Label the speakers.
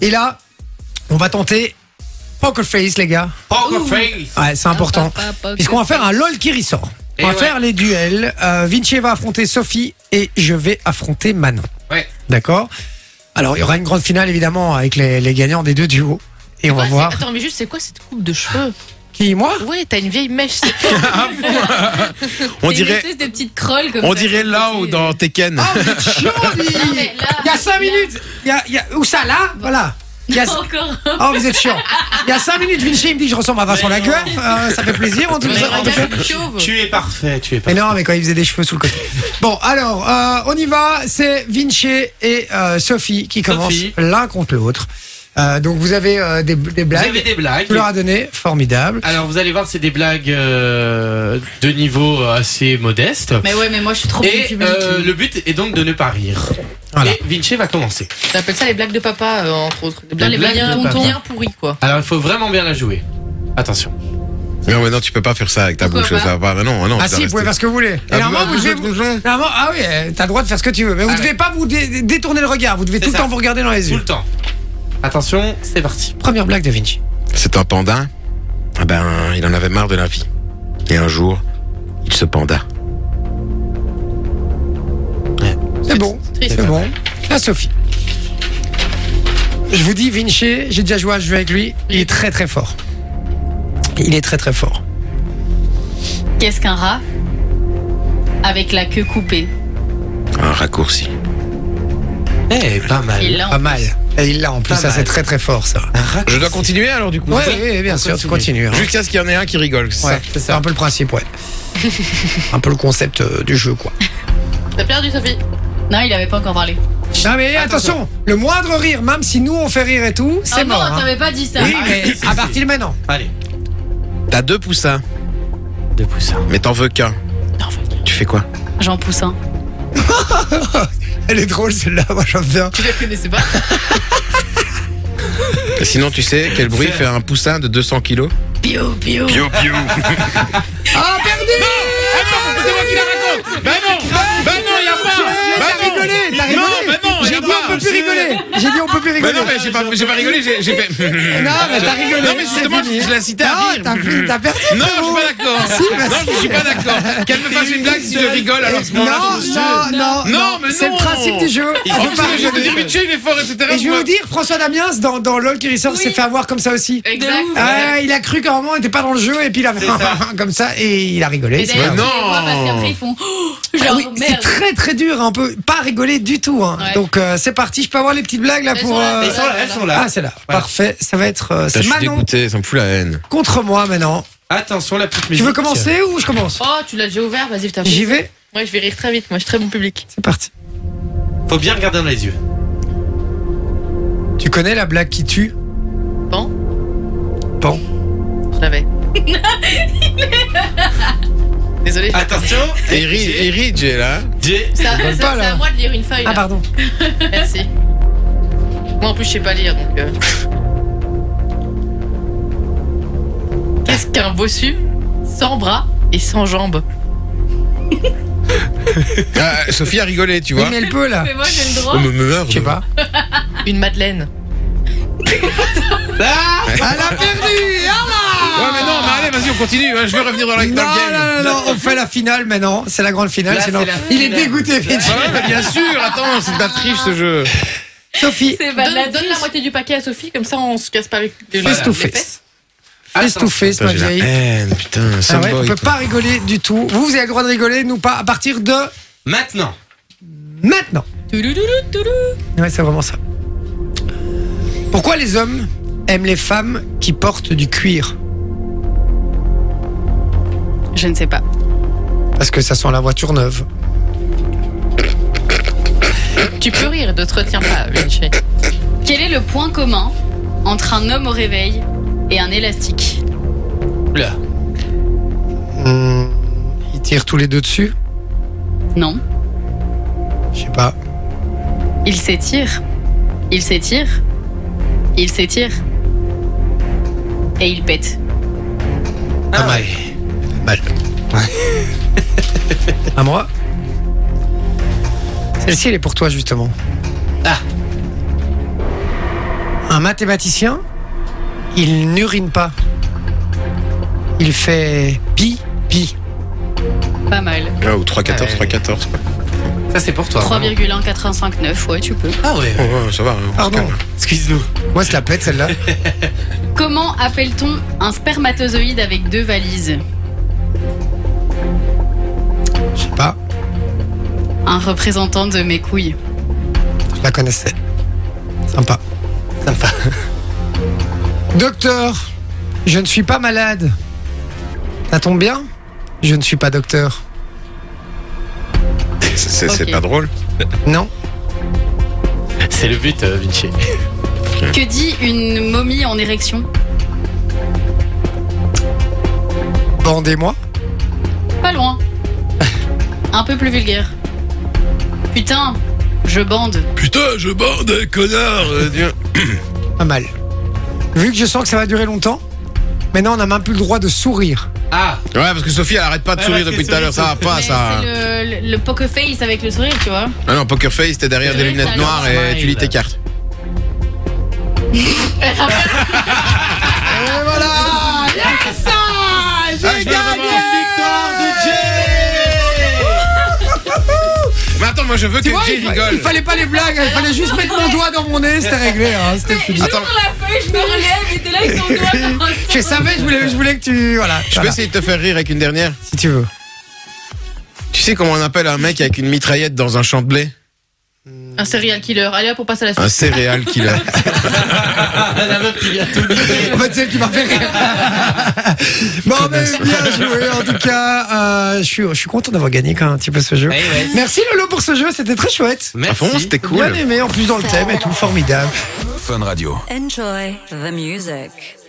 Speaker 1: Et là, on va tenter Poker Face, les gars.
Speaker 2: Poker face.
Speaker 1: Ouais, c'est important.
Speaker 3: Ah, pas
Speaker 1: Puisqu'on va faire un LOL qui ressort.
Speaker 2: Et
Speaker 1: on va
Speaker 2: ouais.
Speaker 1: faire les duels. Euh, Vinci va affronter Sophie et je vais affronter Manon.
Speaker 2: Ouais.
Speaker 1: D'accord Alors, il y aura une grande finale, évidemment, avec les, les gagnants des deux duos. Et on va
Speaker 3: Ouais, Bah, c'est-
Speaker 1: voir.
Speaker 3: Attends, mais juste, c'est quoi cette coupe de cheveux
Speaker 1: Qui, moi
Speaker 3: Ouais, t'as une vieille mèche. c'est-
Speaker 4: On
Speaker 3: c'est une
Speaker 4: dirait,
Speaker 3: espèce de petite crolle comme
Speaker 4: on
Speaker 3: ça,
Speaker 4: dirait
Speaker 3: sur le
Speaker 4: là
Speaker 3: côté.
Speaker 4: ou dans Tekken.
Speaker 1: Ah, vous êtes chiant, lui
Speaker 3: Non, mais là,
Speaker 1: Il y a 5
Speaker 3: là, Bah.
Speaker 1: minutes il y a, il y a- Où ça, là Voilà Il y a-
Speaker 3: Encore.
Speaker 1: Oh, vous êtes chiant Il y a 5 minutes, Vinci il me dit que je ressemble à Vincent Lagueur. Euh, ça fait plaisir, en tout
Speaker 3: Mais
Speaker 1: cas. en tout cas.
Speaker 3: regarde, le
Speaker 1: Oh.
Speaker 3: chauve.
Speaker 2: Tu es parfait, tu es
Speaker 1: Mais
Speaker 2: parfait.
Speaker 1: non, mais quand il faisait des cheveux sous le côté. Bon, alors, euh, on y va. C'est Vinci et euh, Sophie qui commencent
Speaker 2: Sophie.
Speaker 1: l'un contre l'autre. Euh, donc, vous avez euh, des, des
Speaker 2: Vous
Speaker 1: blagues.
Speaker 2: avez des Ah, blagues.
Speaker 1: Tu leur as donné, formidable.
Speaker 2: Alors vous allez voir, c'est des blagues euh, de niveau assez modeste.
Speaker 3: Mais ouais, mais moi, je suis trop bonne
Speaker 2: Et
Speaker 3: fumée.
Speaker 2: euh, le but est donc de ne pas rire.
Speaker 1: Voilà.
Speaker 2: Et Vinci va commencer.
Speaker 3: T'appelles ça les blagues de papa, euh, entre autres. Les blagues,
Speaker 2: Les blagues
Speaker 3: bien,
Speaker 2: de papa.
Speaker 3: bien pourries, quoi.
Speaker 2: Alors il faut vraiment bien la jouer. Attention.
Speaker 4: Non, mais non, tu peux pas faire ça avec ta
Speaker 3: Pourquoi
Speaker 4: bouche.
Speaker 3: pas
Speaker 4: Ça va pas. Mais non, non.
Speaker 1: Ah
Speaker 4: tu
Speaker 1: si,
Speaker 4: dois
Speaker 1: vous pouvez faire
Speaker 4: rester-
Speaker 1: ce que vous voulez. Et
Speaker 4: Ah,
Speaker 1: normalement, vous
Speaker 4: bah,
Speaker 1: devez
Speaker 4: bah,
Speaker 1: vous-
Speaker 4: bah, bah,
Speaker 1: normalement- ah oui, euh, t'as le droit de faire ce que tu veux, mais vous
Speaker 2: Ah
Speaker 1: devez
Speaker 2: ouais.
Speaker 1: pas vous dé- dé- détourner le regard, vous devez
Speaker 2: C'est
Speaker 1: tout le
Speaker 2: ça.
Speaker 1: temps vous regarder dans les
Speaker 2: Tout
Speaker 1: yeux.
Speaker 2: le temps. Attention, c'est parti.
Speaker 1: Première blague de Vinci.
Speaker 4: C'est un panda. Ah Ben, il en avait marre de la vie. Et un jour, il se panda.
Speaker 1: C'est bon,
Speaker 3: triste.
Speaker 1: c'est bon. La Sophie. Je vous dis, Vinci, j'ai déjà joué à ce jeu avec lui, il est très très fort. Il est très très fort.
Speaker 5: Qu'est-ce qu'un rat Avec la queue coupée.
Speaker 4: Un raccourci.
Speaker 2: Eh, pas mal.
Speaker 5: Et là, on-
Speaker 1: Pas mal. Et il l'a en plus,
Speaker 2: Pas
Speaker 1: ça c'est
Speaker 2: mal.
Speaker 1: très très fort ça.
Speaker 4: Je dois continuer alors du coup.
Speaker 1: Oui, oui, bien sûr, tu continues. hein.
Speaker 4: Jusqu'à ce qu'il y en ait un qui rigole. c'est
Speaker 1: Ouais,
Speaker 4: ça
Speaker 1: c'est ça. un peu le principe, ouais. un peu le concept euh, du jeu, quoi.
Speaker 3: T'as perdu, Sophie
Speaker 5: Non, il avait pas encore parlé.
Speaker 1: Non mais attention, le moindre rire, même si nous on fait rire et tout, c'est
Speaker 5: Ah
Speaker 1: mort.
Speaker 5: non,
Speaker 1: hein.
Speaker 5: t'avais pas dit ça.
Speaker 1: Oui,
Speaker 2: Ah,
Speaker 1: mais
Speaker 2: si, si,
Speaker 1: à
Speaker 2: si.
Speaker 1: partir de maintenant.
Speaker 2: Allez,
Speaker 4: T'as deux poussins,
Speaker 2: deux poussins.
Speaker 4: mais t'en veux qu'un. Tu fais quoi
Speaker 5: J'en pousse un.
Speaker 1: Elle est drôle celle-là, moi j'aime bien.
Speaker 3: Tu la connaissais pas
Speaker 4: Et Sinon, tu sais quel bruit
Speaker 2: C'est-
Speaker 4: fait un poussin de 200 kilos
Speaker 5: Pio, pio.
Speaker 4: Pio pio
Speaker 1: Ah perdu
Speaker 4: C'est moi qui la raconte Bah non Bah non, y a
Speaker 1: T'as
Speaker 4: pas Bah
Speaker 1: rigolé, t'as rigolé
Speaker 4: Non, bah non, y
Speaker 1: J'ai
Speaker 4: a
Speaker 1: dit
Speaker 4: pas.
Speaker 1: on peut plus rigoler J'ai dit on peut plus
Speaker 4: Bah
Speaker 1: rigoler
Speaker 4: non, mais j'ai pas, j'ai pas rigolé, j'ai j'ai fait.
Speaker 1: Non, mais t'as rigolé
Speaker 4: Non, mais justement,
Speaker 1: c'est fini.
Speaker 4: je, je la citais à
Speaker 1: Non,
Speaker 4: rire.
Speaker 1: t'as fini, t'as perdu c'est
Speaker 4: Non, je suis
Speaker 1: bon. bah
Speaker 4: pas d'accord. non, je suis pas d'accord. Qu'elle me fasse une blague si je rigole alors ce
Speaker 1: Non,
Speaker 4: moment-là. je-
Speaker 1: non, non,
Speaker 4: Non,
Speaker 1: non,
Speaker 4: mais
Speaker 1: C'est le
Speaker 4: non.
Speaker 1: principe du jeu
Speaker 4: En
Speaker 1: On
Speaker 4: plus,
Speaker 1: peut pas
Speaker 4: je vais te dire,
Speaker 1: rigoler.
Speaker 4: mais tu es, il est fort, etc.
Speaker 1: Et je vais vous dire, François Damiens, dans, dans LOL qui ressort, s'est fait avoir comme ça aussi.
Speaker 3: Exact.
Speaker 1: Ah, il a cru qu'à un moment, il était pas dans le jeu, et puis il avait
Speaker 2: ça.
Speaker 1: comme ça, et il a rigolé.
Speaker 5: Et
Speaker 1: c'est
Speaker 5: d'ailleurs,
Speaker 1: pas
Speaker 5: tu
Speaker 1: grave.
Speaker 4: non.
Speaker 5: les vois parce qu'après, ils font. Oh, genre,
Speaker 1: Ah oui, c'est
Speaker 5: merde.
Speaker 1: très très dur, hein, on peut pas rigoler du tout. hein.
Speaker 5: Ouais.
Speaker 1: Donc euh, c'est parti, je peux avoir les petites blagues là
Speaker 5: Elles
Speaker 1: pour.
Speaker 5: sont là,
Speaker 1: euh,
Speaker 2: Elles sont là, elles sont là.
Speaker 1: Ah, c'est là.
Speaker 2: Voilà.
Speaker 1: Parfait, ça va être. euh,
Speaker 4: Putain,
Speaker 1: c'est
Speaker 4: je suis
Speaker 1: Manon
Speaker 4: dégoûté, ça me fout la haine.
Speaker 1: contre moi maintenant.
Speaker 2: Attention, la petite
Speaker 1: Tu
Speaker 2: musique.
Speaker 1: veux commencer ou je commence
Speaker 3: Oh, tu l'as déjà ouvert, vas-y, putain.
Speaker 1: J'y vais
Speaker 3: Moi, je vais rire très vite, moi, je suis très bon public.
Speaker 1: C'est parti.
Speaker 2: Faut bien regarder dans les yeux.
Speaker 1: Tu connais la blague qui tue
Speaker 3: Pan
Speaker 1: Pan.
Speaker 3: Je l'avais. Désolé.
Speaker 1: Ah,
Speaker 2: Attention.
Speaker 4: Et ri- et ri, Jay, là.
Speaker 2: Jay.
Speaker 3: Ça- ça-
Speaker 1: rigole
Speaker 3: C'est
Speaker 1: pas, là.
Speaker 3: à moi de lire une feuille.
Speaker 1: Ah
Speaker 3: là.
Speaker 1: pardon.
Speaker 3: Merci. Moi, en plus, je sais pas lire, donc. euh. Qu'est-ce qu'un bossu sans bras et sans jambes
Speaker 4: Ah, Sophie a rigolé, tu
Speaker 1: Oui,
Speaker 4: vois.
Speaker 1: mais elle peut là.
Speaker 5: Mais moi, j'ai le droit.
Speaker 4: On Oh, me meurt.
Speaker 1: Je sais pas.
Speaker 3: Une madeleine.
Speaker 2: Ah
Speaker 1: Elle a perdu Ah
Speaker 4: Ouais, mais non, mais allez, vas-y, on continue. hein, Je veux revenir dans la
Speaker 1: Non,
Speaker 4: dans le
Speaker 1: non,
Speaker 4: game.
Speaker 1: non, non, on fait la finale maintenant. C'est la grande finale.
Speaker 2: Là,
Speaker 1: sinon-
Speaker 2: c'est la
Speaker 1: Il est
Speaker 2: finale.
Speaker 1: dégoûté, Vinci.
Speaker 4: Ah ouais, mais bien sûr, attends, c'est de la triche ce jeu.
Speaker 1: Sophie,
Speaker 5: C'est
Speaker 3: Donne,
Speaker 5: balade.
Speaker 3: donne la moitié du paquet à Sophie, comme ça, on se casse pas avec les,
Speaker 1: face to
Speaker 3: les
Speaker 1: face.
Speaker 3: fesses.
Speaker 1: Face to
Speaker 2: Attention.
Speaker 1: face, ma
Speaker 4: Putain, j'ai la
Speaker 1: vieille.
Speaker 4: haine, putain,
Speaker 1: Ah ouais,
Speaker 4: Sunboy,
Speaker 1: on peut
Speaker 4: toi.
Speaker 1: pas rigoler du tout. Vous, vous avez le droit de rigoler, nous pas à partir de
Speaker 2: Maintenant.
Speaker 1: maintenant.
Speaker 3: Toulouloulou, toulou.
Speaker 1: Ouais, c'est vraiment ça. Pourquoi les hommes aiment les femmes qui portent du cuir
Speaker 5: Je ne sais pas.
Speaker 1: Parce que ça sent la voiture neuve.
Speaker 3: Tu peux rire, ne te retiens pas, Vinci.
Speaker 5: Quel est le point commun entre un homme au réveil et un élastique
Speaker 2: Là.
Speaker 1: Hmm, ils tirent tous les deux dessus
Speaker 5: Non.
Speaker 1: Je sais pas.
Speaker 5: Il s'étire. Il s'étire. Il s'étire. Et il pète.
Speaker 4: Ah
Speaker 1: Pas mal. Pas mal. à moi Celle-ci, elle est pour toi, justement.
Speaker 2: Ah.
Speaker 1: Un mathématicien, il n'urine pas. Il fait pi, pi.
Speaker 5: Pas mal.
Speaker 4: Ah, ou 3,14,
Speaker 2: Ouais.
Speaker 4: 3,14. quoi.
Speaker 2: Ça, c'est pour toi. vraiment.
Speaker 5: 3,1459, ouais, tu peux.
Speaker 2: Ah ouais.
Speaker 4: Oh, ouais, ça va. on se
Speaker 1: Pardon,
Speaker 4: calme.
Speaker 1: excuse-nous. Moi, je la pète, celle-là.
Speaker 5: Comment appelle-t-on un spermatozoïde avec deux valises
Speaker 1: Je sais pas,
Speaker 5: Un représentant de mes couilles.
Speaker 1: je la connaissais. Sympa. Sympa. Docteur, je ne suis pas malade. Ça tombe bien Je ne suis pas docteur.
Speaker 4: C'est- C'est c'est
Speaker 5: Ok.
Speaker 4: pas drôle.
Speaker 1: Non
Speaker 2: C'est le but, euh, Vinci.
Speaker 5: Que dit une momie en érection
Speaker 1: Bandez-moi.
Speaker 5: Pas loin. Un peu plus vulgaire. Putain, je bande.
Speaker 4: Putain, je bande, connard. euh,
Speaker 1: Pas mal. Vu que je sens que ça va durer longtemps, maintenant, on n'a même plus le droit de sourire.
Speaker 2: Ah,
Speaker 4: ouais, parce que Sophie, elle arrête pas de
Speaker 2: Ouais,
Speaker 4: sourire
Speaker 2: parce que
Speaker 4: depuis tout à l'heure. Ça va pas, Ah,
Speaker 5: Mais
Speaker 4: ça.
Speaker 5: C'est le, le- le poker face avec le sourire, tu vois.
Speaker 4: Ah non, Poker Face, t'es derrière
Speaker 5: C'est
Speaker 4: des
Speaker 5: le
Speaker 4: lunettes
Speaker 5: talent
Speaker 4: noires et tu
Speaker 2: smile.
Speaker 4: lis tes cartes.
Speaker 1: Et voilà
Speaker 4: Ah, je vais avoir une victoire de Jay Mais attends, moi je veux que
Speaker 1: Ouais,
Speaker 4: Jay
Speaker 1: il, fa-
Speaker 4: rigole.
Speaker 1: il fallait pas les blagues, hein, il fallait juste mettre mon doigt dans mon nez, c'était réglé, hein, c'était fini.
Speaker 4: Attends,
Speaker 5: la feuille, Ah, je me relève et t'es là avec ton doigt.
Speaker 1: Je savais, je voulais, je voulais que tu. Voilà,
Speaker 4: je peux
Speaker 1: voilà,
Speaker 4: essayer de te faire rire avec une dernière.
Speaker 1: si tu veux.
Speaker 4: Tu sais comment on appelle un mec avec une mitraillette dans un champ de blé
Speaker 3: Un serial killer. Allez hop, on passe à la
Speaker 4: Un
Speaker 3: suite.
Speaker 4: céréal qu'il a.
Speaker 2: la meuf qui vient tout
Speaker 1: En fait, c'est elle qui m'a fait rire. Bon, mais bien joué, en tout cas. euh, je, suis, je suis content d'avoir gagné quand même un petit peu ce jeu. Merci Lolo pour ce jeu, c'était très chouette.
Speaker 4: À
Speaker 2: Ah,
Speaker 4: fond, Ah c'était cool.
Speaker 1: Bien aimé, en plus dans le thème et tout, formidable.
Speaker 6: Enjoy the music.